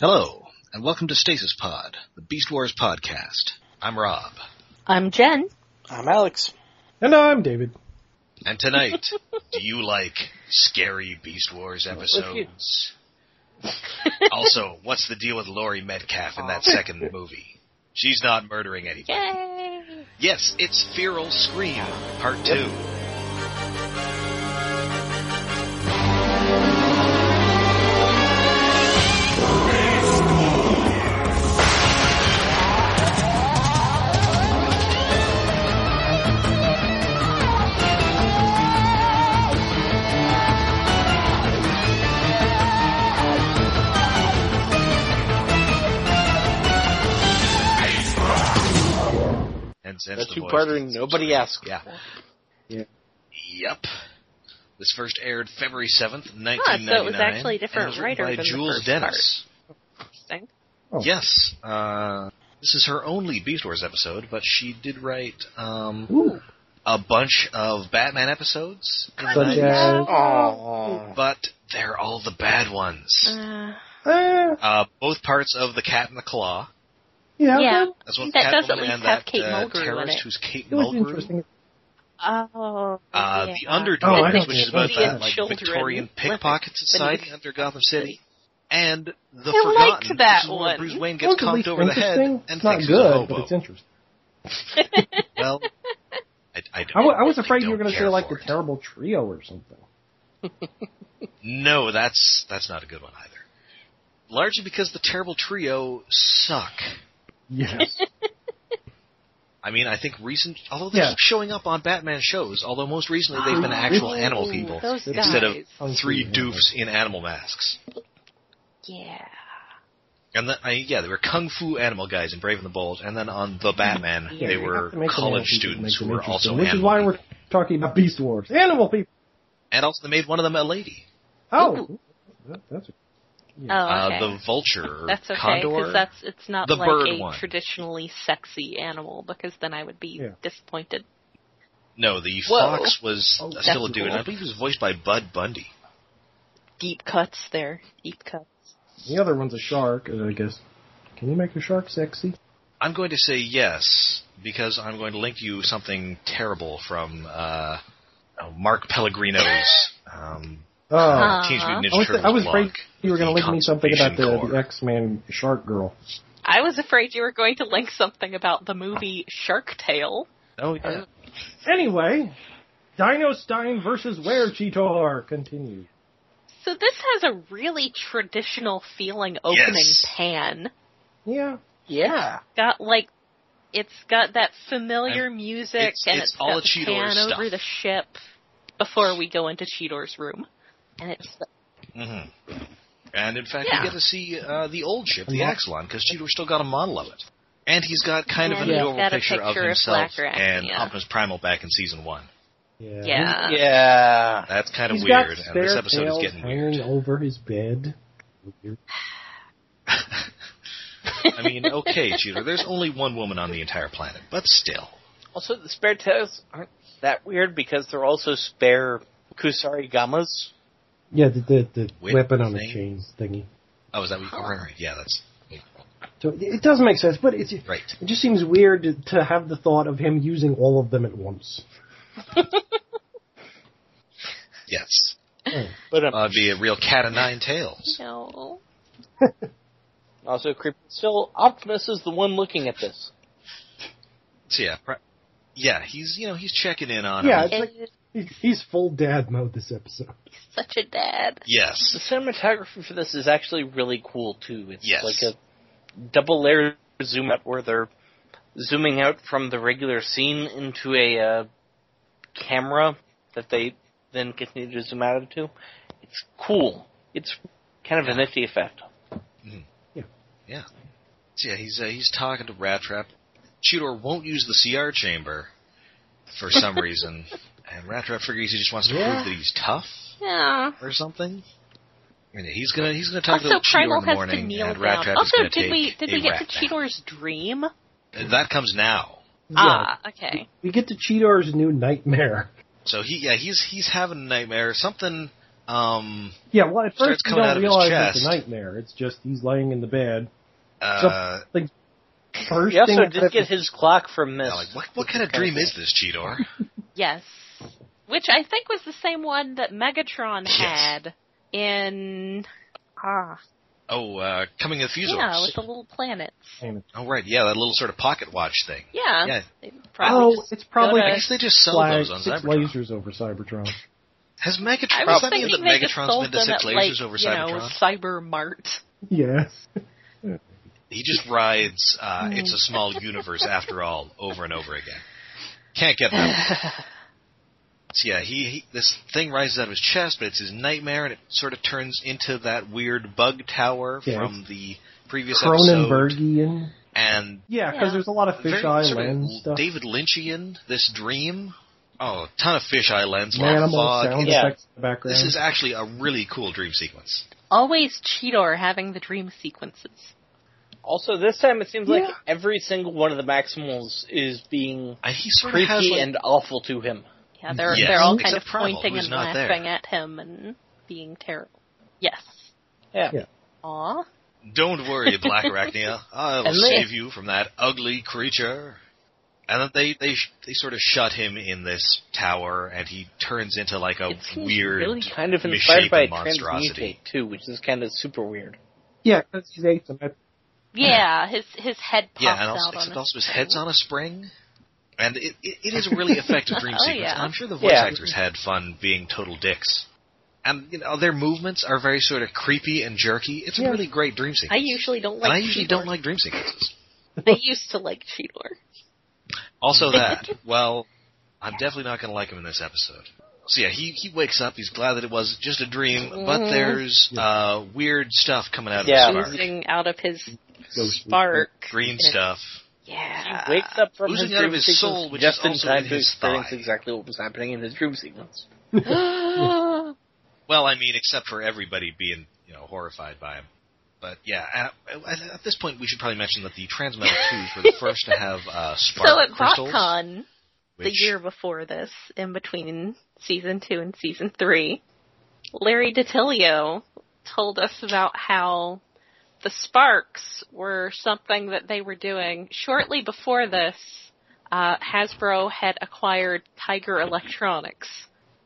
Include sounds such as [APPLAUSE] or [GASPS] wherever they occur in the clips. Hello, and welcome to Stasis Pod, the Beast Wars podcast. I'm Rob, I'm Jen. I'm Alex. And I'm David. and tonight, do you like scary Beast Wars episodes? [LAUGHS] also, what's the deal with Laurie Metcalf in that second movie? She's not murdering anybody. Yay! Yes, it's Feral Scream, Part 2. And since That the two boys parter did- nobody asked. Yeah. Yeah. Yep. This first aired February seventh, nineteen Ah, ninety nine. so it was actually a different writer by than the Jules first Dennis. Interesting. part. Oh. Yes, uh, this is her only Beast Wars episode, but she did write um, Ooh. a bunch of Batman episodes. in the Such 90s, as- Oh. Aww. But they're all the bad ones. Uh, Uh, Uh, both parts of the Cat and the Claw. yeah, Yeah. that- As well as That does Catwoman at least and have that, Kate uh, Mulgrew in terrorist it. who's Kate it was Mulgrew. interesting. oh. Uh, the yeah. Underdoors, Oh, I don't which is know about about that that. like Children Victorian living pickpocket society beneath under Gotham City, and the I Forgotten, liked that which is where one. Bruce Wayne That was gets at least conked over the head interesting. and It's thinks not he's a good, hobo. but it's interesting. [LAUGHS] well, I, I, I wa- I was really afraid you don't were going to say care like for the it. terrible trio or something. No, that's that's not a good one either. Largely because the terrible trio suck. Yes. I mean, I think recent, although they Yeah. keep showing up on Batman shows, although most recently they've been Oh, actual really? animal people Those instead of guys. Oh, three doofs in animal masks. Yeah. And the, I, yeah, they were kung fu animal guys in Brave and the Bold, and then on the Batman, [LAUGHS] Yeah, they you were have to make them college animal people to students make who them were interesting, also which animal is why people. we're talking about Beast Wars. Animal people. And also, they made one of them a lady, Oh, that, that's Oh, okay. uh, the vulture, or that's okay condor. because that's it's not The like bird a one. traditionally sexy animal because then I would be Yeah. disappointed. no, the Whoa. fox was Oh, still a that's dude. and I cool. believe he was voiced by Bud Bundy. Deep cuts there. Deep cuts. the other one's a shark, uh, I guess. Can you make a shark sexy? I'm going to say yes because I'm going to link you something terrible from uh, oh, Mark Pellegrino's. Um, Oh, Huh. Teenage Mutant I Ninja was, Turtles I was afraid blog you were with going to the link me something about the, Conservation the Corps. X Men shark girl. I was afraid you were going to link something about the movie Shark Tale. Oh yeah. Anyway, Dino Stein versus Were Cheetor continues. So this has a really traditional feeling opening Yes. pan. Yeah. Yeah. got like it's got that familiar music it's- and it's it's all got a the Cheetor pan stuff. over the ship before we go into Cheetor's room. And it's hmm And in fact, Yeah. we get to see uh, the old ship, the Yeah. Axelon, because Cheetor's still got a model of it. And he's got kind of And an he's adorable got a picture, of picture of himself Black Rack, and yeah. Optimus Primal back in season one. Yeah. yeah. Yeah. That's kind of He's got weird, and spare this episode is tails getting hanging weird. over his bed. Weird. I mean, okay, Cheetor, there's only one woman on the entire planet, but still. Also, the spare tails aren't that weird because they're also spare Kusari Gamas. Yeah, the the, the Whip weapon on thing. the chain thingy. Oh, is that what you were Yeah, that's So it- it does make sense, but it's it right. just seems weird to, to have the thought of him using all of them at once. Yes. But um, Uh, it'd be a real cat of nine tails. No. also creepy. Still, Optimus is the one looking at this. So yeah, pr- yeah, he's, you know, he's checking in on Yeah, him. it's like he's, he's full dad mode this episode. He's such a dad. The Yes. cinematography for this is actually really cool too. It's Yes. like a double layer zoom out where they're zooming out from the regular scene into a uh, camera that they then continue to zoom out into. It's cool. It's kind of a nifty effect. So, yeah, he's uh, he's talking to Rat Trap. Cheetor won't use the CR chamber for some [LAUGHS] reason, and Rat Trap figures he just wants to Yeah. prove that he's tough Yeah. or something. And he's gonna he's gonna talk Also, to Cheetor Primal in the has to morning, kneel and Rat down. Trap is Also, gonna did take we did a we get to rat Cheetor's dream? nap. That comes now. Ah, okay. We get to Cheetor's new nightmare. So he yeah he's he's having a nightmare. Something Um, Yeah, well, at Starts first you coming out don't of his realize chest. it's a nightmare. It's just he's laying in the bed. uh, First He also thing did get his clock from yeah, Mist. like, what, what kind of dream is this, Cheetor? Yes. Which I think was the same one that Megatron Yes. had in Ah. Oh, uh, coming of Fusors. Yeah, with the little planets. Oh, right, yeah, that little sort of pocket watch thing. Yeah. Yeah. They probably Oh, just- it's probably I Right. guess they just sell flag those on six Cybertron. lasers over Cybertron. Has Megatron? Does that I was mean thinking that they just Megatron's sold been to them six at, lasers like, over you Cybertron? know, Cyber Mart. [LAUGHS] Yes. He just rides. Uh, Mm. it's a small universe after all, over and over again. Can't get that. [LAUGHS] So yeah, he, he this thing rises out of his chest, but it's his nightmare, and it sort of turns into that weird bug tower Yeah, from the previous episode. Cronenbergian. And Yeah, because Yeah. there's a lot of very fisheye sort of lens stuff. David Lynchian, this dream. Oh, a ton of fisheye lens, a lot of Animal fog. sound It's- Yeah. effects in the background. This is actually a really cool dream sequence. Always Cheetor having the dream sequences. also, this time it seems like Yeah. every single one of the Maximals is being And Uh, he sort of has creepy like, and awful to him. Yeah, they're Yes, they're all kind except of pointing Primal, who's and not there. laughing at him and being terrible. Yes. Yeah. Yeah. Aw. Don't [LAUGHS] worry, Black Arachnia. I'll And they- save you from that ugly creature. And then they they sh- they sort of shut him in this tower, and he turns into like a It seems weird. really Kind of Misshapen inspired by monstrosity. Transmutate too, which is kind of super weird. yeah, because he's asymmetric. [LAUGHS] Yeah, his his head pops yeah, and also, out except on also his his head's on a spring, and it it, it is a really effective dream [LAUGHS] Oh, sequence. yeah. And I'm sure the voice Yeah. actors had fun being total dicks, and you know their movements are very sort of creepy and jerky. It's Yeah. a really great dream sequence. I usually don't like and I usually Cheetor. don't like dream sequences. I used to like Cheetor. Also that. well, I'm definitely not going to like him in this episode. So yeah, he he wakes up. He's glad that it was just a dream, but Mhm. there's uh, weird stuff coming out of Yeah. his spark. Oozing out of his Ghost. spark. Green Yeah. stuff. Yeah. [GASPS] he wakes up from oozing his out of dream his sequence soul, which just is also in time in to his experience thigh. exactly what was happening in his dream [LAUGHS] sequence. Well, I mean, except for everybody being you know horrified by him. But yeah, at, at- at this point, we should probably mention that the Transmetal Two were [LAUGHS] the first to have uh, spark [GASPS] so at crystals, BotCon the which- year before this, in between season two and season three, Larry DiTilio told us about how the sparks were something that they were doing shortly before this. Uh, Hasbro had acquired Tiger Electronics,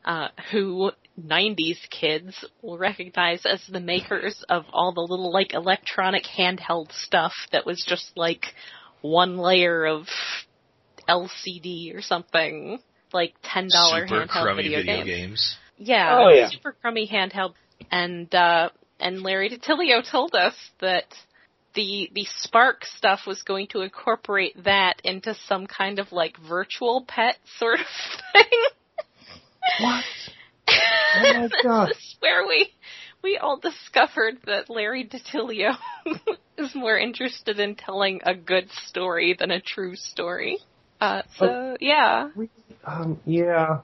uh, who 90s kids will recognize as the makers of all the little like electronic handheld stuff that was just like one layer of LCD or something, like ten dollar super handheld crummy video, game. games. Yeah, Oh, yeah. super crummy handheld. And uh, and Larry DiTilio told us that the the Spark stuff was going to incorporate that into some kind of like virtual pet sort of [LAUGHS] thing. What? Oh my [LAUGHS] god. this is where we we all discovered that Larry DiTilio [LAUGHS] is more interested in telling a good story than a true story. Uh, Oh. so yeah, Um, yeah.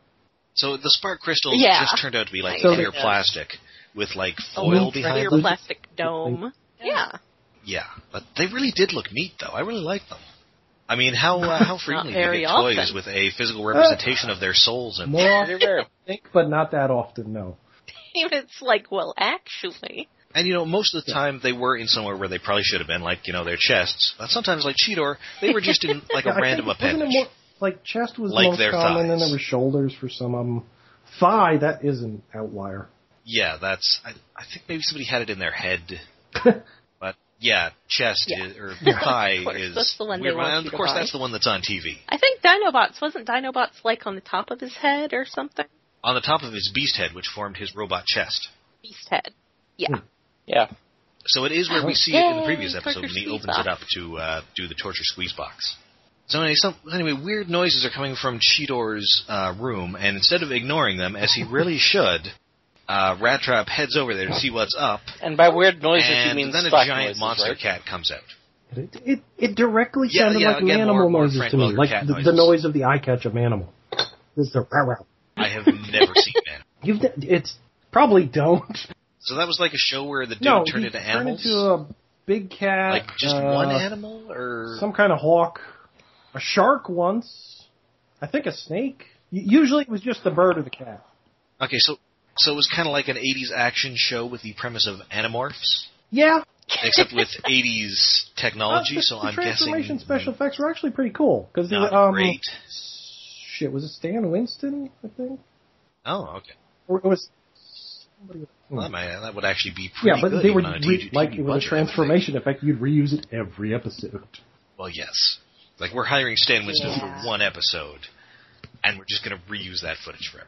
So the spark crystals Yeah. Oh just turned out to be like So clear they- plastic with like a foil little Oil behind clear them. plastic dome. Yeah, Yeah, but they really did look neat, though. I really like them. I mean, how uh, [LAUGHS] how frequently do you very get often. toys with a physical representation of their souls? And More often, Pretty rare. I think, but not that often, no. it's like, well, actually, and you know, most of the time they were in somewhere where they probably should have been, like you know, their chests. But sometimes, like Cheetor, they were just in like a Yeah, [LAUGHS] I random think- wasn't it appendage. more- like, chest was Like the most their common, thighs. and there were shoulders for some of them. Thigh, that is an outlier. Yeah, that's. I, I think maybe somebody had it in their head. [LAUGHS] but yeah, chest Yeah. Is, or Yeah, of thigh course. is That's the one they weird want And you of to course, buy. that's the one that's on TV. I think Dinobots wasn't Dinobots like on the top of his head or something. On the top of his beast head, which formed his robot chest. Beast head. Yeah. So it is where we see it in the Yay, previous episode torture when he squeeze opens it box. up to uh, do the torture squeeze box. So anyway, some, anyway, weird noises are coming from Cheetor's uh, room, and instead of ignoring them, as he really should, uh, Rat Trap heads over there to see what's up, And by weird noises, and you mean then a stock giant noises, monster right? [LAUGHS] cat comes out. It, it, it directly Yeah, sounded yeah, like an again, animal more- more noises Frank to me, Miller like cat the, the noises. noise of the eye catch of an animal. This is the row row. I have never seen that. You've ne- it's probably don't. So that was like a show where the dude no, turned he into turned animals, into a big cat, like just uh, one animal, or some kind of hawk, a shark once, I think a snake. U- Usually it was just the bird or the cat. okay, so So it was kind of like an 80s action show with the premise of Animorphs, Yeah, except with 80s technology, Uh, the, so the I'm transformation guessing special effects were actually pretty cool because not um, great. shit was it Stan Winston? I think um, Oh, okay. or it was somebody. Well, that, might, that would actually be yeah, pretty but good. they were even on a re- TV like budget, I it was a would think. transformation effect. You'd reuse it every episode. [LAUGHS] Well, yes. Like we're hiring Stan Winston Yeah. for one episode, and we're just going to reuse that footage forever.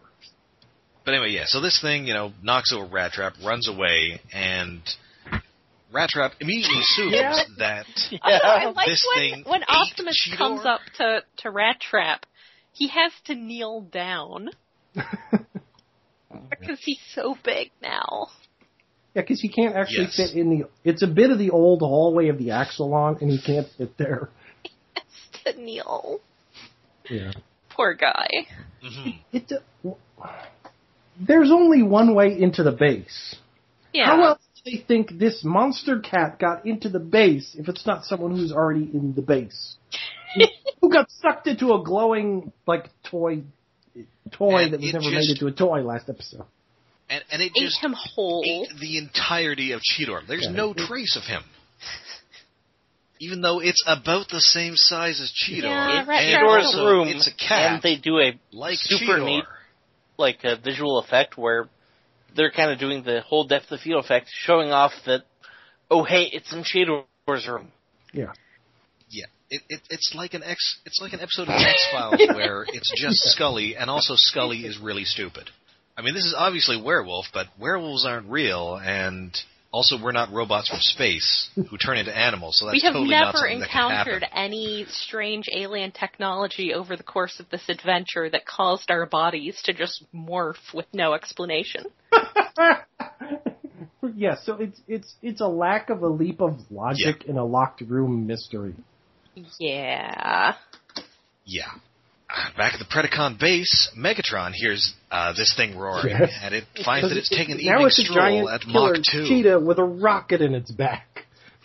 But anyway, yeah. So this thing, you know, knocks over Rat Trap, runs away, and Rat Trap immediately assumes Yeah. [LAUGHS] that Also, Oh, I like This when, thing when ate Optimus Cheetor. comes up to, to Rat Trap, he has to kneel down Oh, because he's so big now. Yeah, because he can't actually Yes. fit in the. It's a bit of the old hallway of the Axalon, and he can't fit there. [LAUGHS] Has to kneel. Yeah, Poor guy. mhm, it. d- There's only one way into the base. Yeah. How else do they think this monster cat got into the base if it's not someone who's already in [LAUGHS] the base? Who got sucked into a glowing like toy, toy And that was it never just- made into a toy last episode? and and it Ate just him whole. ate the entirety of Cheetor. There's Yeah. no trace of him. Even though it's about the same size as Cheetor, Yeah, Rat and Trap's Cheetor's also room, it's a cat and they do a like super Cheetor. neat like a visual effect where they're kind of doing the whole depth of field effect, showing off that oh hey, it's in Shador's room. Yeah, Yeah, it, it, it's like an X. It's like an episode of X Files where it's just Scully, and also Scully is really stupid. I mean, this is obviously werewolf, but werewolves aren't real, and also we're not robots from space who turn into animals. So that's we have totally not never something that can happen. encountered any strange alien technology over the course of this adventure that caused our bodies to just morph with no explanation. yeah. So it's it's it's a lack of a leap of logic in a locked room mystery. Yeah. Yeah. Uh, Back at the Predacon base, Megatron hears uh, this thing roaring, Yes. and it finds that it's taking an now evening it's a stroll giant at killer Mach 2. cheetah with a rocket in its back.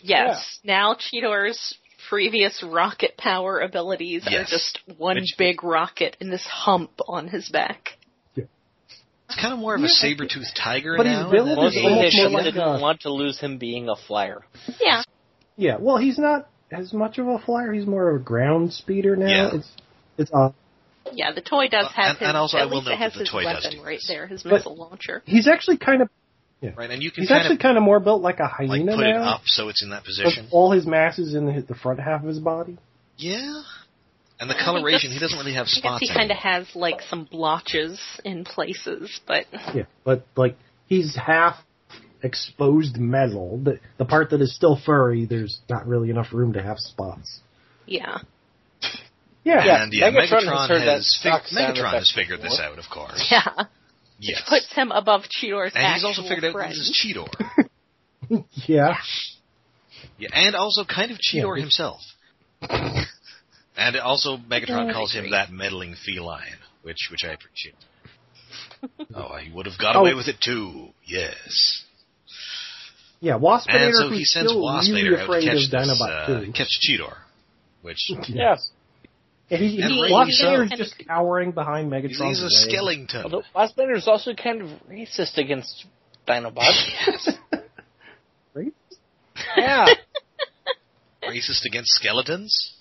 Yes. Now Cheetor's previous rocket power abilities Yes. are just one Which- big rocket and this hump on his back. It's kind of more of Yeah. a saber-toothed tiger But he's now. built than Well, as a- it's Mostly they almost more didn't like a- want to lose him being a flyer. Yeah. Yeah, well, he's not as much of a flyer. He's more of a ground speeder now. Yeah. It's it's uh, odd. Yeah, the toy does Uh, have and- his, and also I at will least note it has that the his toy does weapon do right this. there, his But- missile launcher. He's actually kind of [LAUGHS] Right, and you can he's kind actually of kind of more built like a like hyena put it now. up so it's in that because position. All his mass is in the, the front half of his body. Yeah. And the I think coloration, that's- he doesn't really have I guess spots. he kind of anymore. has like some blotches in places, but Yeah, but like he's half exposed metal. The the part that is still furry, there's not really enough room to have spots. yeah. [LAUGHS] Yeah, Yeah. And yeah, Megatron Megatron, has heard that has, fig- stock sound Megatron has effect figured this before. out, of course. Yeah. Yes. Puts him above Cheetor's and he's actual also figured out that friend. this is Cheetor. yeah. yeah, and also kind of Cheetor Yeah. himself. [LAUGHS] and also, Megatron Yeah, I calls him agree. that meddling feline, which which I appreciate. oh, he would have got Oh. away with it too. Yes. Yeah, Waspinator And so he who's sends still Waspinator really out to afraid catch, this, of Dinobot uh, too. [LAUGHS] catch Cheetor, which Yes. And he, and he, rightly Waspinator's so. just cowering behind he's, he's Megatron's a leg. skeleton. Although Lastbender is also kind of racist against [LAUGHS] Dinobot. Right? yeah. Racist against skeletons?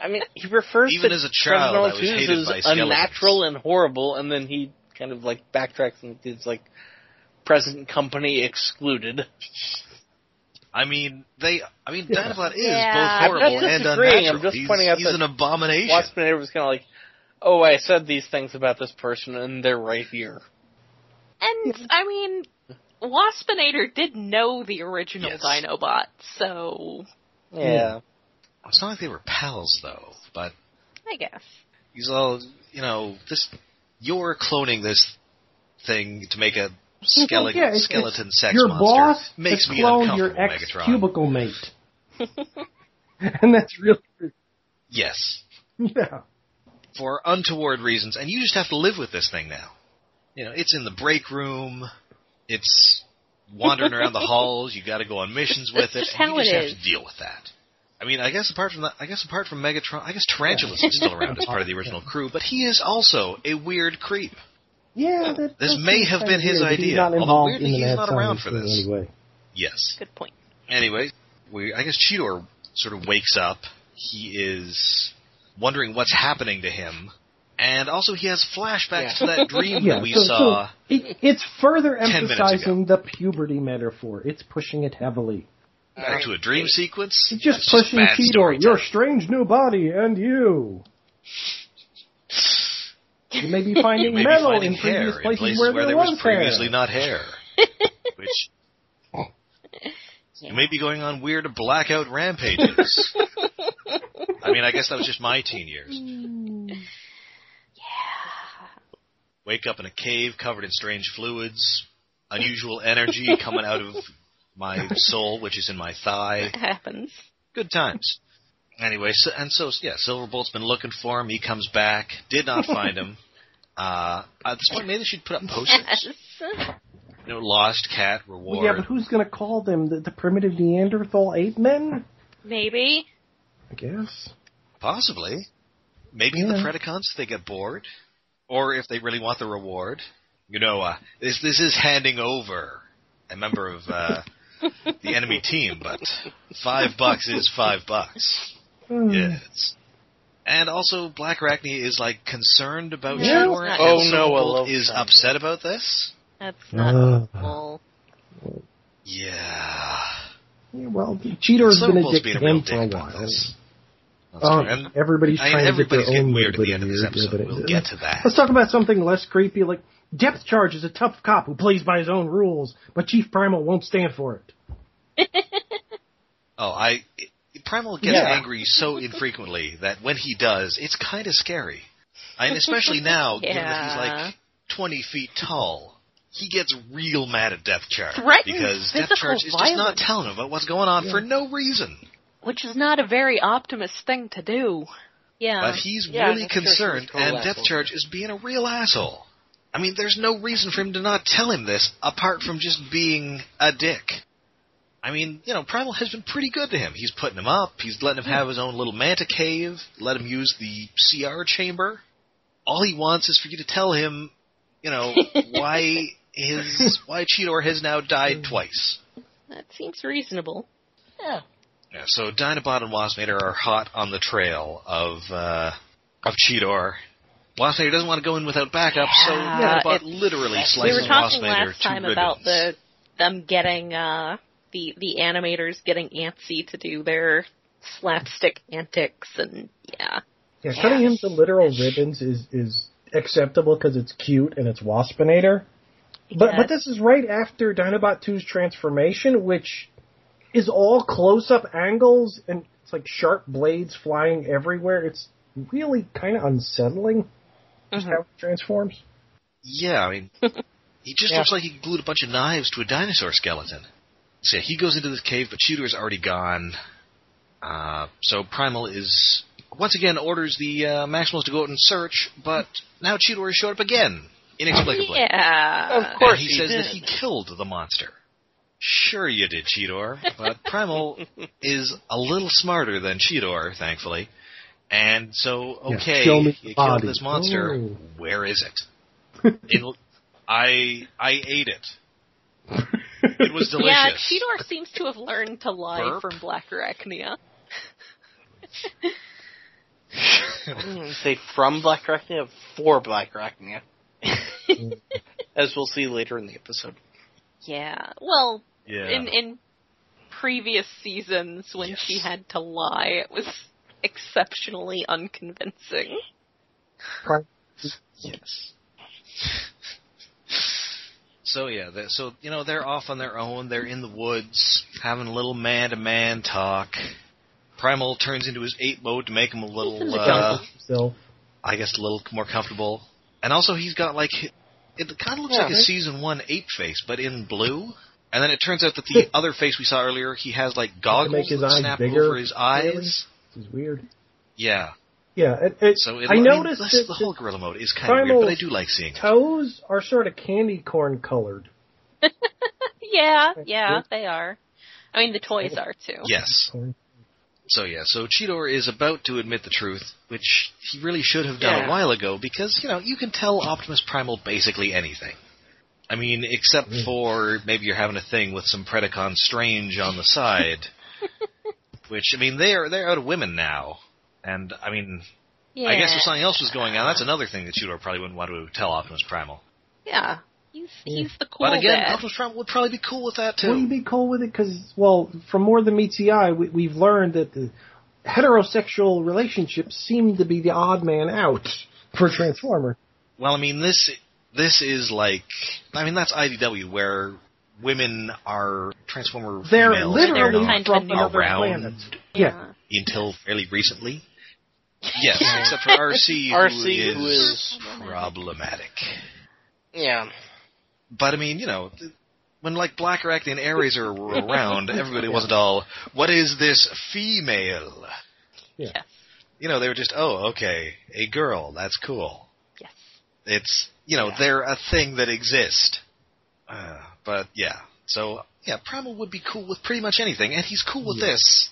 I mean, he refers Even to as a child, I was Transformers hated as by skeletons. unnatural and horrible, and then he kind of like backtracks and is like present company [LAUGHS] excluded. I mean, they. I mean, Yeah. Dinobot is Yeah. both horrible I'm not and disagreeing, unnatural. I'm just he's, pointing out he's that an abomination. Waspinator was kind of like, "Oh, I said these things about this person, and they're right here." And I mean, Waspinator did know the original Yes. Dinobot, so Yeah, It's not like they were pals though, but I guess. [LAUGHS] he's all you know. This you're cloning this thing to make a skeleton yeah, it's- skeleton sex your monster. boss makes has me cloned uncomfortable, your ex Megatron. cubicle mate. [LAUGHS] and that's really Yes, yeah. for untoward reasons, and you just have to live with this thing now. You know, it's in the break room. It's wandering around [LAUGHS] the halls. You got to go on missions That's with it. just and how you just it have is. to deal with that. I mean, I guess apart from that, I guess apart from [LAUGHS] Megatron, I guess Tarantulas is still around as part of the original crew, but he is also a weird creep. Yeah, that, This that may seems have kinda been his weird. idea, He's not although involved weirdly in the he's Mad not Science around for thing this. anyway. Yes. Good point. Anyway, we I guess Cheetor sort of wakes up. He is wondering what's happening to him, and also he has flashbacks to that dream Yeah, that we so, so saw. it, it's further minutes ago. emphasizing the puberty metaphor. It's pushing it heavily. Back to a dream sequence. It's just It's pushing bad Cheetor, storytelling. your strange new body, and you. You may [LAUGHS] be finding Maybe metal finding in previous hair in places, places where, there was, previously hair. not hair. [LAUGHS] Which you may be going on weird blackout rampages. [LAUGHS] I mean, I guess that was just my teen years. Wake up in a cave covered in strange fluids, unusual energy coming out of my soul, which is in my thigh. It happens. Good times. Anyway, so, and so yeah, Silverbolt's been looking for him. He comes back, did not find him. Uh, at this point, maybe they should put up posters. [LAUGHS] You Yes. know, lost cat reward. Well, yeah, but who's going to call them the, the primitive Neanderthal ape men? [LAUGHS] Maybe. I guess. Possibly. Maybe Yeah. the Predacons they get bored, or if they really want the reward. You know, uh, this this is handing over a member of [LAUGHS] uh, the enemy team, but five bucks is five bucks. Hmm. Yes. And also, Black Arachne is like concerned about No, Shador, it's and not. Oh, no, I Silverbolt love is that. upset about this. That's not Uh. cool. Yeah. Yeah, well, Cheetor's been Silverbolt's being a addicted to real him dick for a about while. this. That's Oh, true. And everybody's I mean, trying to everybody's get their getting own weird at way, the end of this but- episode. but- We'll [LAUGHS] get to that. Let's talk about something less creepy, like Depth Charge is a tough cop who plays by his own rules, but Chief Primal won't stand for it. Oh, I Primal gets Yeah. angry so infrequently that when he does, it's kind of scary. And [LAUGHS] especially now, given that he's Yeah. like twenty feet tall, he gets real mad at Death Charge Threatens because Death physical Charge is just not violence. telling him about what's going on for no reason. Which is not a very optimist thing to do. Yeah. But he's Yeah, really Death Charge is concerned, total and asshole. Death Charge is being a real asshole. I mean, there's no reason for him to not tell him this apart from just being a dick. I mean, you know, Primal has been pretty good to him. He's putting him up. He's letting him have his own little manta cave. Let him use the CR chamber. All he wants is for you to tell him, you know, why his why Cheetor has now died twice. that seems reasonable. Yeah. Yeah, so Dinobot and Waspinator are hot on the trail of uh, of Cheetor. Waspinator doesn't want to go in without backup, Yeah, so Dinobot it's- literally we slices were talking Waspinator last to time ribbons. about the them getting uh the the animators getting antsy to do their slapstick antics and yeah. Yeah, cutting him to literal ribbons is is acceptable because it's cute and it's waspinator. But Yeah. but this is right after Dinobot 2's transformation, which is all close up angles and it's like sharp blades flying everywhere. It's really kind of unsettling just how it transforms. Yeah, I [LAUGHS] mean, he just Yeah. looks like he glued a bunch of knives to a dinosaur skeleton. So yeah, he goes into this cave, but Cheetor is already gone. Uh, so Primal is once again orders the uh, Maximals to go out and search, but now Cheetor has showed up again Oh, inexplicably. Yeah. Of course And he, he says did. that he killed the monster. Sure you did, Cheetor, but Primal is a little smarter than Cheetor, thankfully. And so, Yeah, okay, show me the you killed body. this monster. Ooh. Where is it? it? I I ate it. [LAUGHS] It [LAUGHS] was Yeah, delicious. Cheetor seems to have learned to lie Burp. from Black [LAUGHS] Arachnia. [LAUGHS] Say from Black Arachnia for Black Arachnia. As we'll see later in the episode. Yeah. Well, [LAUGHS] yeah. in in previous seasons when Yes. she had to lie, it was exceptionally unconvincing. Yes. So yeah, they so you know they're off on their own. They're in the woods having a little man-to-man talk. Primal turns into his ape mode to make him a in little, the uh, jungle. So I guess, a little more comfortable. And also, he's got like hi- it kind of looks Yeah, like a right? season one ape face, but in blue. And then it turns out that the other face we saw earlier, he has like goggles make his that eyes snap bigger, over his eyes. this is weird. Yeah. Yeah, it, it, So it, I mean, noticed this- that the the whole gorilla mode is kind of weird, Primal's but I do like seeing it. toes are sort of candy corn colored. Yeah, That's yeah, good. they are. I mean, the toys are too. Yes. So yeah, so Cheetor is about to admit the truth, which he really should have done Yeah. a while ago because you know you can tell Optimus Primal basically anything. I mean, except Mm. for maybe you're having a thing with some Predacon Strange on the [LAUGHS] side, which I mean they're they're out of women now, and I mean Yeah. I guess if something else was going on, that's another thing that Cheetor probably wouldn't want to tell Optimus Primal. Yeah. He's he's the cool But again, dad. Optimus Primal would probably be cool with that too. Wouldn't you be cool with it? Because, well, from more than meets the eye, we, we've learned that the heterosexual relationships seem to be the odd man out for Transformer. Well, I mean this this is like I mean that's IDW where women are transformer They're females They're are literally not kind of from a another around planet. Yeah. until fairly [LAUGHS] recently. Yes, except for [LAUGHS] RC, RC, who who is is- problematic. Yeah. But I mean, you know, th- when like Black Arachne and [LAUGHS] Eraser were around, everybody wasn't all, "What is this female?" Yeah. Yes. You know, they were just, "Oh, okay, a girl. That's cool." Yes. it's you know Yeah. they're a thing that exists. Uh, but yeah, so yeah, Primal would be cool with pretty much anything, and he's cool with Yeah. this.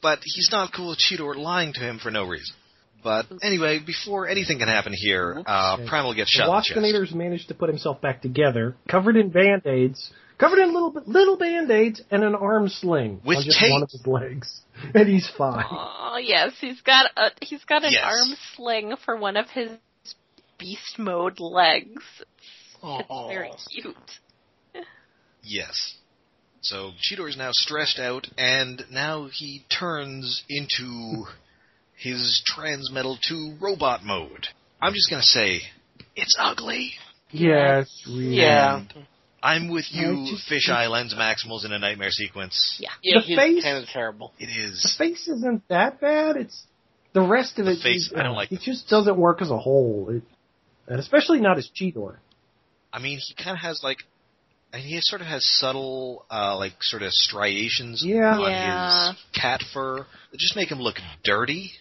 But he's not cool with Cheetor lying to him for no reason. But anyway, before anything can happen here, uh, Primal gets shot. in the chest. Waspinator's managed to put himself back together, covered in band aids, covered in little little band aids, and an arm sling With on just tape. one of his legs, [LAUGHS] and he's fine. Oh yes, he's got a he's got an Yes. arm sling for one of his beast mode legs. It's very cute. Yes. So Cheetor is now stressed out, and now he turns into his Transmetal 2 robot mode. I'm just gonna say, it's ugly. Yes, really. Yeah. I'm with No, you, it's just- fisheye lens maximals in a nightmare sequence. Yeah. Yeah, The he's face- kind of terrible. It The is. face isn't that bad. It's the rest of The it. face, I don't like It just doesn't work as a whole, it, and especially not as Cheetor. I mean, he kind of has like, and he sort of has subtle, uh, like sort of striations Yeah. on Yeah. his cat fur that just make him look dirty.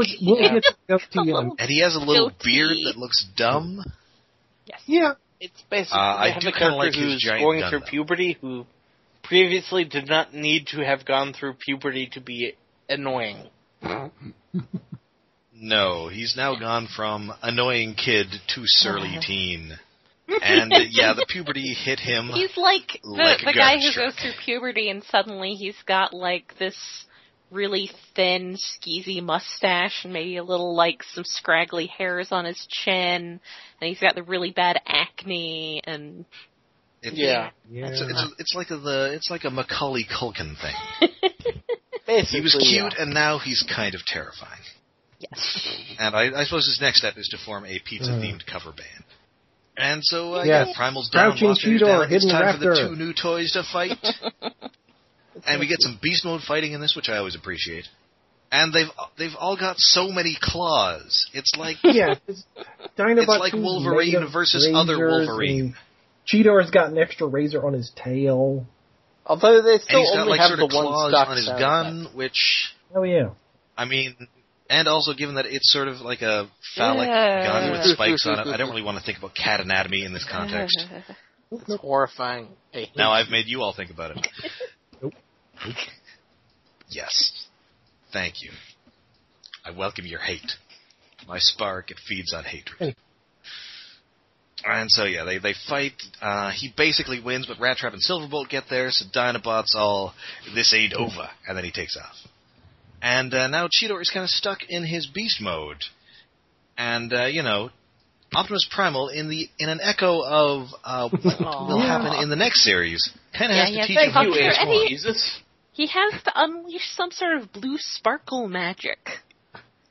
[LAUGHS] it's, we'll Yeah. get up A to you. little- And he has a little Guilty. beard that looks dumb. Yes. Yeah, It's basically Uh, I they have do a kinda character like his who's giant going gun, through though. puberty who previously did not need to have gone through puberty to be annoying. No, he's now gone from annoying kid to Uh-huh. surly [LAUGHS] teen. And uh, yeah, the puberty hit him. He's like the, Like a the guy gun who strike. goes through puberty and suddenly he's got like this really thin, skeezy mustache and maybe a little like some scraggly hairs on his chin and he's got the really bad acne and It- Yeah, yeah. It's, it's, it's like the it's like a Macaulay Culkin thing. basically. He was yeah. cute, and now he's kind of terrifying. yes. And I, I suppose his next step is to form a pizza-themed cover band. And so, uh, Mm. Yes. yeah, Primal's down, Crouching Waspinator's Cheetor, down. It's Hidden time for the Raptor. two new toys to fight. [LAUGHS] and we get some beast mode fighting in this, which I always appreciate. And they've they've all got so many claws. It's like [LAUGHS] yeah, it's, Dinobot It's like two's Wolverine made of versus other razors, Wolverine. and Cheetor's got an extra razor on his tail. Although they and still he's got only like have sort the of one claws stock on his sound gun, effect. which Oh yeah, I mean, and also given that it's sort of like a phallic Yeah. gun with spikes on it, I don't really want to think about cat anatomy [LAUGHS] in this [LAUGHS] context. It's horrifying. I hate Now it. I've made you all think about it. [LAUGHS] Nope. Yes. Thank you. I welcome your hate. My spark, it feeds on hatred. And so yeah, they they fight. Uh, he basically wins, but Rat Trap and Silverbolt get there, so Dinobot's all this ain't over, and then he takes off. And uh, now Cheetor is kind of stuck in his beast mode, and uh, you know, Optimus Primal in the in an echo of uh, what will Aw. happen in the next series, kind of Yeah, has yeah, to teach thank him how to you, Ace. transform. Any- Jesus. He has to unleash some sort of blue sparkle magic.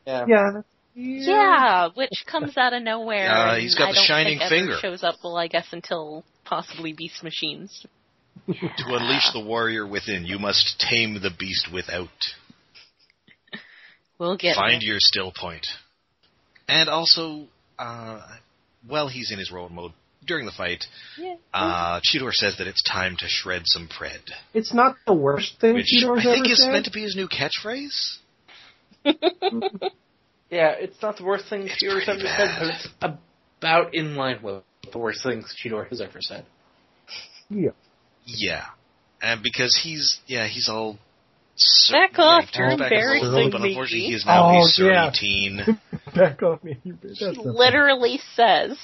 Yeah. yeah, that's- Yeah, which comes out of nowhere. Uh, and he's got I the don't shining think ever finger. Shows up, well, I guess until possibly Beast Machines. [LAUGHS] To unleash the warrior within, you must tame the beast without. We'll get Find there. your still point. And also, uh, while he's in his robot mode during the fight, Yeah. Mm-hmm. uh, Cheetor says that it's time to shred some pred, It's not the worst thing which I Cheetor's ever think is said. meant to be his new catchphrase. Yeah, it's not the worst thing It's Cheetor's ever pretty said, bad. but it's about in line with the worst things Cheetor has ever said. yeah. Yeah, and because he's yeah he's all Sir, Back yeah, he off, turns you're back a little, embarrassing but me. unfortunately, he is now a Oh, surly yeah. teen. Back off me, you bitch. He That's not literally says.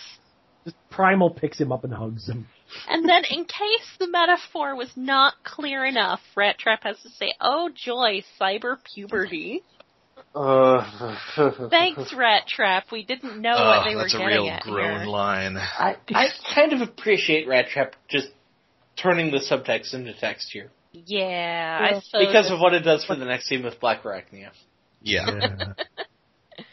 Primal picks him up and hugs him. And then, in case the metaphor was not clear enough, Rat Trap has to say, "Oh joy, cyber puberty." [LAUGHS] Uh, Thanks, Rat Trap. We didn't know what Ugh, they were that's a getting real at groan here. line. I, I kind of appreciate Rat Trap just turning the subtext into text here. Yeah, I Yeah. suppose. because of what it does for the next scene with Black Arachnia. Yeah. bad. Yeah. [LAUGHS]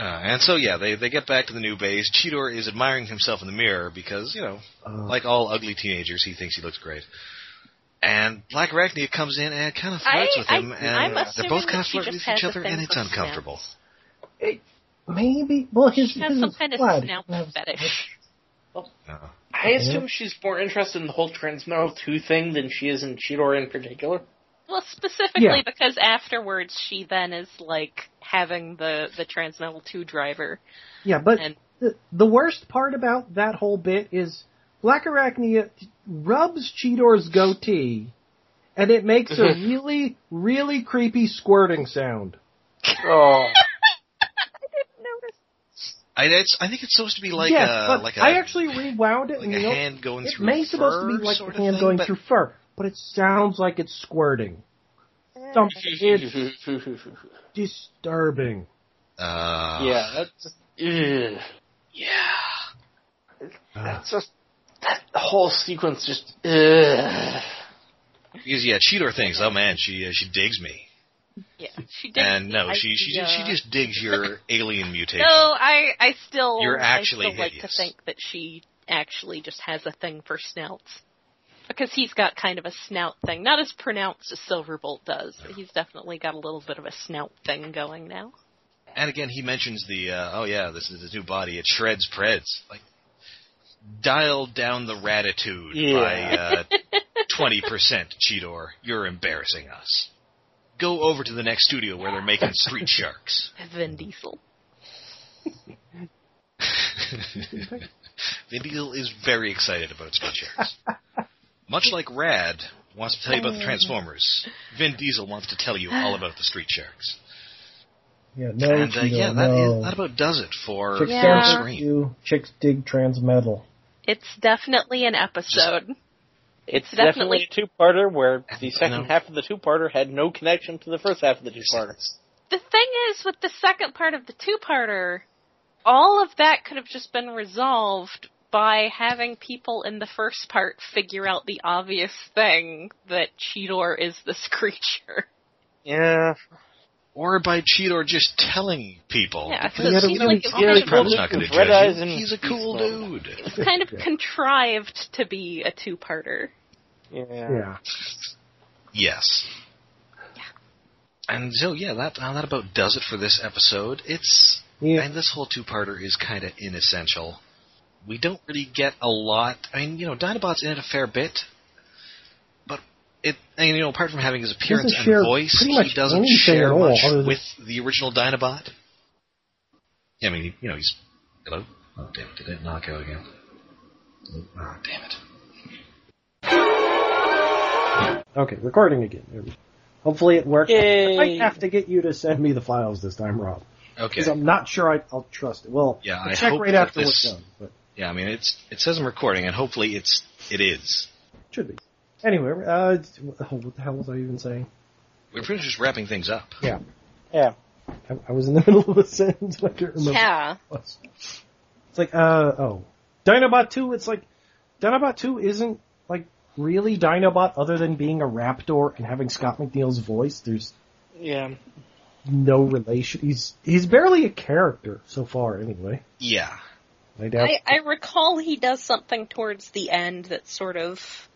Uh, and so, yeah, they, they get back to the new base. Cheetor is admiring himself in the mirror because, you know, [LAUGHS] Uh, like all ugly teenagers, he thinks he looks great. And Black Arachnia comes in and kind of I- flirts with I- him, and I'm they're both kind assuming that of she flirting just with each has a other, thing and it's for uncomfortable. maybe. Well, his, She has his some is kind of flat. snout Has- fetish. Uh, I assume she's more interested in the whole Transmetal 2 thing than she is in Cheetor in particular. Well, specifically Yeah. because afterwards she then is like having the the Transmetal Two driver. [LAUGHS] Yeah, but And- the, the worst part about that whole bit is Black Arachnia rubs Cheetor's goatee, and it makes a Mm-hmm. really, really creepy squirting sound. [LAUGHS] Oh. I, it's, I think it's supposed to be like yes, a but like a, I actually rewound it, like and a you know, hand going it through may fur supposed to be like sort a of hand thing, going but through fur, but it sounds like it's squirting. Something. [LAUGHS] It's disturbing. Uh, yeah, that's just, ugh. that's just that whole sequence just ugh. Because yeah, Cheetor thinks, oh man, she uh, she digs me, Yeah, she did. and no, I- she she just, she yeah. just digs [LAUGHS] your alien mutation. No, I I still You're actually I still like to hideous. think that she actually just has a thing for snouts. Because he's got kind of a snout thing. Not as pronounced as Silverbolt does, but he's definitely got a little bit of a snout thing going now. And again, he mentions the uh, oh yeah, this is his new body. It shreds preds. Like dial down the ratitude by uh, twenty percent, Cheetor. You're embarrassing us. Go over to the next studio where they're making street sharks. Vin Diesel. Vin Diesel is very excited about street sharks. Much like Rad wants to tell you about the Transformers, Vin Diesel wants to tell you all about the street sharks. Yeah, no, And uh, Cheetor, yeah, that, no. is, that about does it for Chicks Yeah. don't the dig screen. you. Chicks dig trans metal. It's definitely an episode. It's Definitely. definitely, a two-parter where the And, second you know- half of the two-parter had no connection to the first half of the two-parter. The thing is, with the second part of the two-parter, all of that could have just been resolved by having people in the first part figure out the obvious thing that Cheetor is this [LAUGHS] creature. Yeah. or by Cheetor just telling people. Yeah, because, so it seems you know, like it Red was, kind Prem's of, not going to Red judge Eyes and you. He's a cool Beast dude. it was kind of contrived to be a two-parter. Yeah. Yeah. Yes. And so yeah, that uh, that about does it for this episode. It's Yeah. and this whole two-parter is kind of inessential. We don't really get a lot. I mean, you know, Dinobot's in it a fair bit, but it and you know, apart from having his appearance Doesn't share and voice, pretty he much doesn't anything share at all, much other than- with the original Dinobot. I mean, you know, he's hello. Oh damn it! Did it knock out again? Oh damn it! Okay, recording again. There we go. Hopefully it worked. Yay. I might have to get you to send me the files this time, Rob, Okay. because I'm not sure I, I'll trust it. Well, Yeah, I'll I check hope right that after this- we're done, but Yeah, I mean it's it says I'm recording, and hopefully it's it is. it should be. Anyway, uh, it's- what the hell was I even saying? We're pretty much just wrapping things up. Yeah, Yeah. I, I was in the [LAUGHS] middle of a sentence. and I can't remember. Yeah. was. It's like, uh, oh. Dinobot 2, it's like, Dinobot 2 isn't, like, really Dinobot other than being a raptor and having Scott McNeil's voice. There's Yeah. no relation. He's, he's barely a character so far, anyway. Yeah, I doubt. I, I recall he does something towards the end that sort of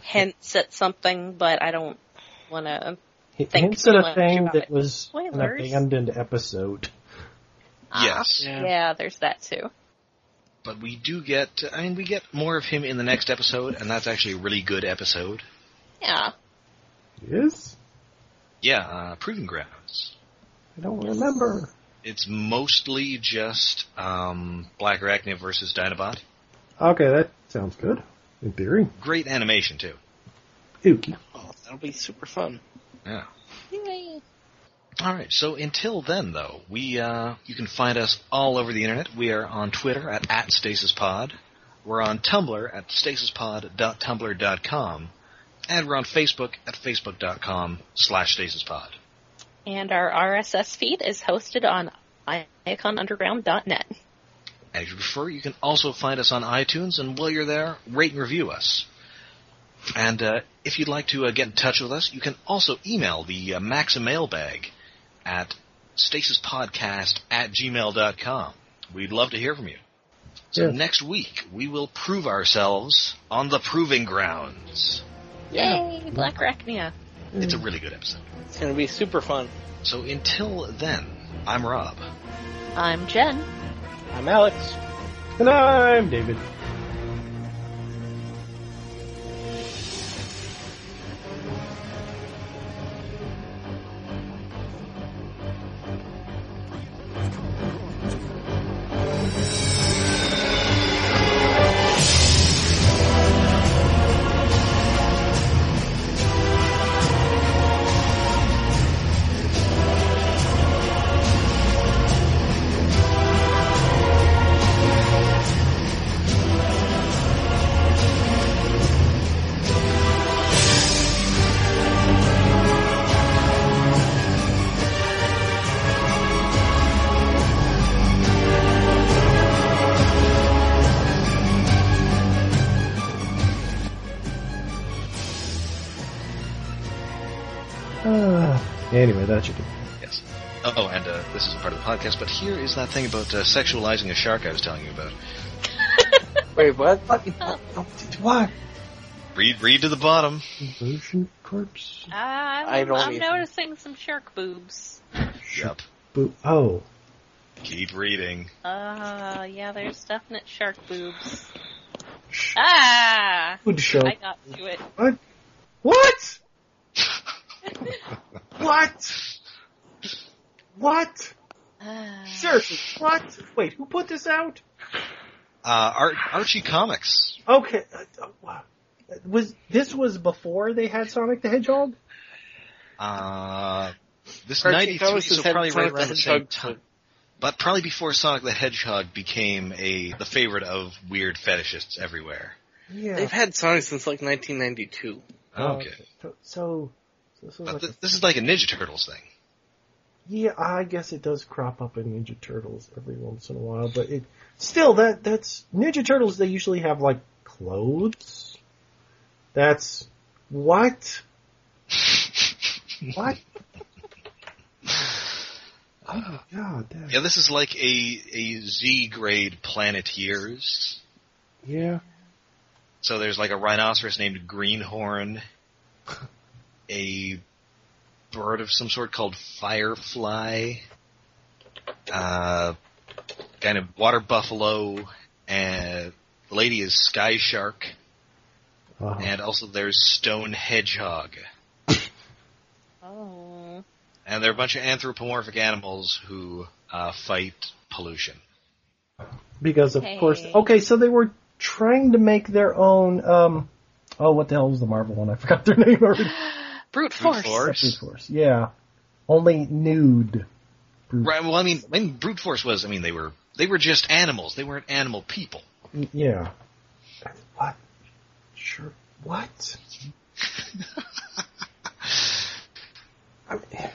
hints at something, but I don't want to. He think hints at too a much thing about that it. was an Spoilers. abandoned episode. Yes. Yeah. Yeah, there's that too. but we do get. I mean, we get more of him in the next episode, and that's actually a really good episode. Yeah. Yes? Yeah, uh, Proving Grounds. I don't remember. It's mostly just um, Black Arachnia versus Dinobot. Okay, that sounds good. In theory. Great animation too. Ookie. Oh, that'll be super fun. Yeah. All right. So until then, though, we uh, you can find us all over the internet. We are on Twitter at, at @stasispod. We're on Tumblr at stasispod.tumblr.com, and we're on Facebook at facebook.com slash stasispod. And our RSS feed is hosted on iconunderground.net. And if you prefer, you can also find us on iTunes, and while you're there, rate and review us. And uh, if you'd like to uh, get in touch with us, you can also email the uh, Maxim mailbag at stasispodcast at gmail.com. We'd love to hear from you. So Yes. next week, we will prove ourselves on the proving grounds. Yay, Black Arachnia. It's a really good episode. It's going to be super fun. So until then, I'm Rob. I'm Jen. I'm Alex. And I'm David. Ah. anyway, that should do. Yes. Oh, and uh, this isn't part of the podcast, but here is that thing about uh, sexualizing a shark I was telling you about. Wait, what? Oh. Oh, Why? Read, read to the bottom. Ocean corpse. I'm, I don't I'm even- noticing some shark boobs. Yep. Boo. Oh. Keep reading. Uh, yeah, there's definite shark boobs. Sh- Ah! Good show. Uh, I got to it. [LAUGHS] What? what? What? Ah. Seriously, what? Wait, who put this out? Uh, Ar- Archie Comics. Okay. uh, uh, wow. Was this was before they had Sonic the Hedgehog? Uh, this Archie ninety three, Comics so has had probably right Sonic the around the same Hedgehog time. But probably before Sonic the Hedgehog became a the favorite of weird fetishists everywhere. Yeah. They've had Sonic since like 1992. Oh, Okay, So, so this was but like th- this is like a Ninja Turtles thing. Yeah, I guess it does crop up in Ninja Turtles every once in a while, but it still that that's Ninja Turtles. They usually have like clothes. That's [LAUGHS] what what. oh my god! That, Yeah, this is like a a Z grade Planeteers. Yeah. So there's like a rhinoceros named Greenhorn, a bird of some sort called Firefly, uh, kind of water buffalo, and the lady is Sky Shark, Uh-huh. and also there's Stone Hedgehog. Oh. And there are a bunch of anthropomorphic animals who uh, fight pollution. because of course, Hey. okay, so they were trying to make their own. um Oh, what the hell was the Marvel one? I forgot their [LAUGHS] name already. Brute Brute force. force? Brute Force. Yeah, only nude. Right. Well, I mean, I mean, brute force was. I mean, they were they were just animals. They weren't animal people. Yeah. What? Sure. What? [LAUGHS] I mean,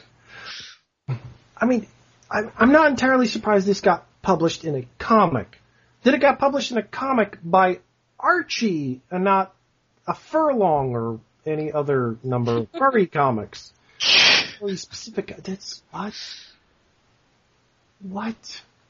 I mean, I'm, I'm not entirely surprised this got published in a comic. Did it got published in a comic by Archie and not a Furlong or any other number of furry [LAUGHS] comics? Really specific. That's what? What?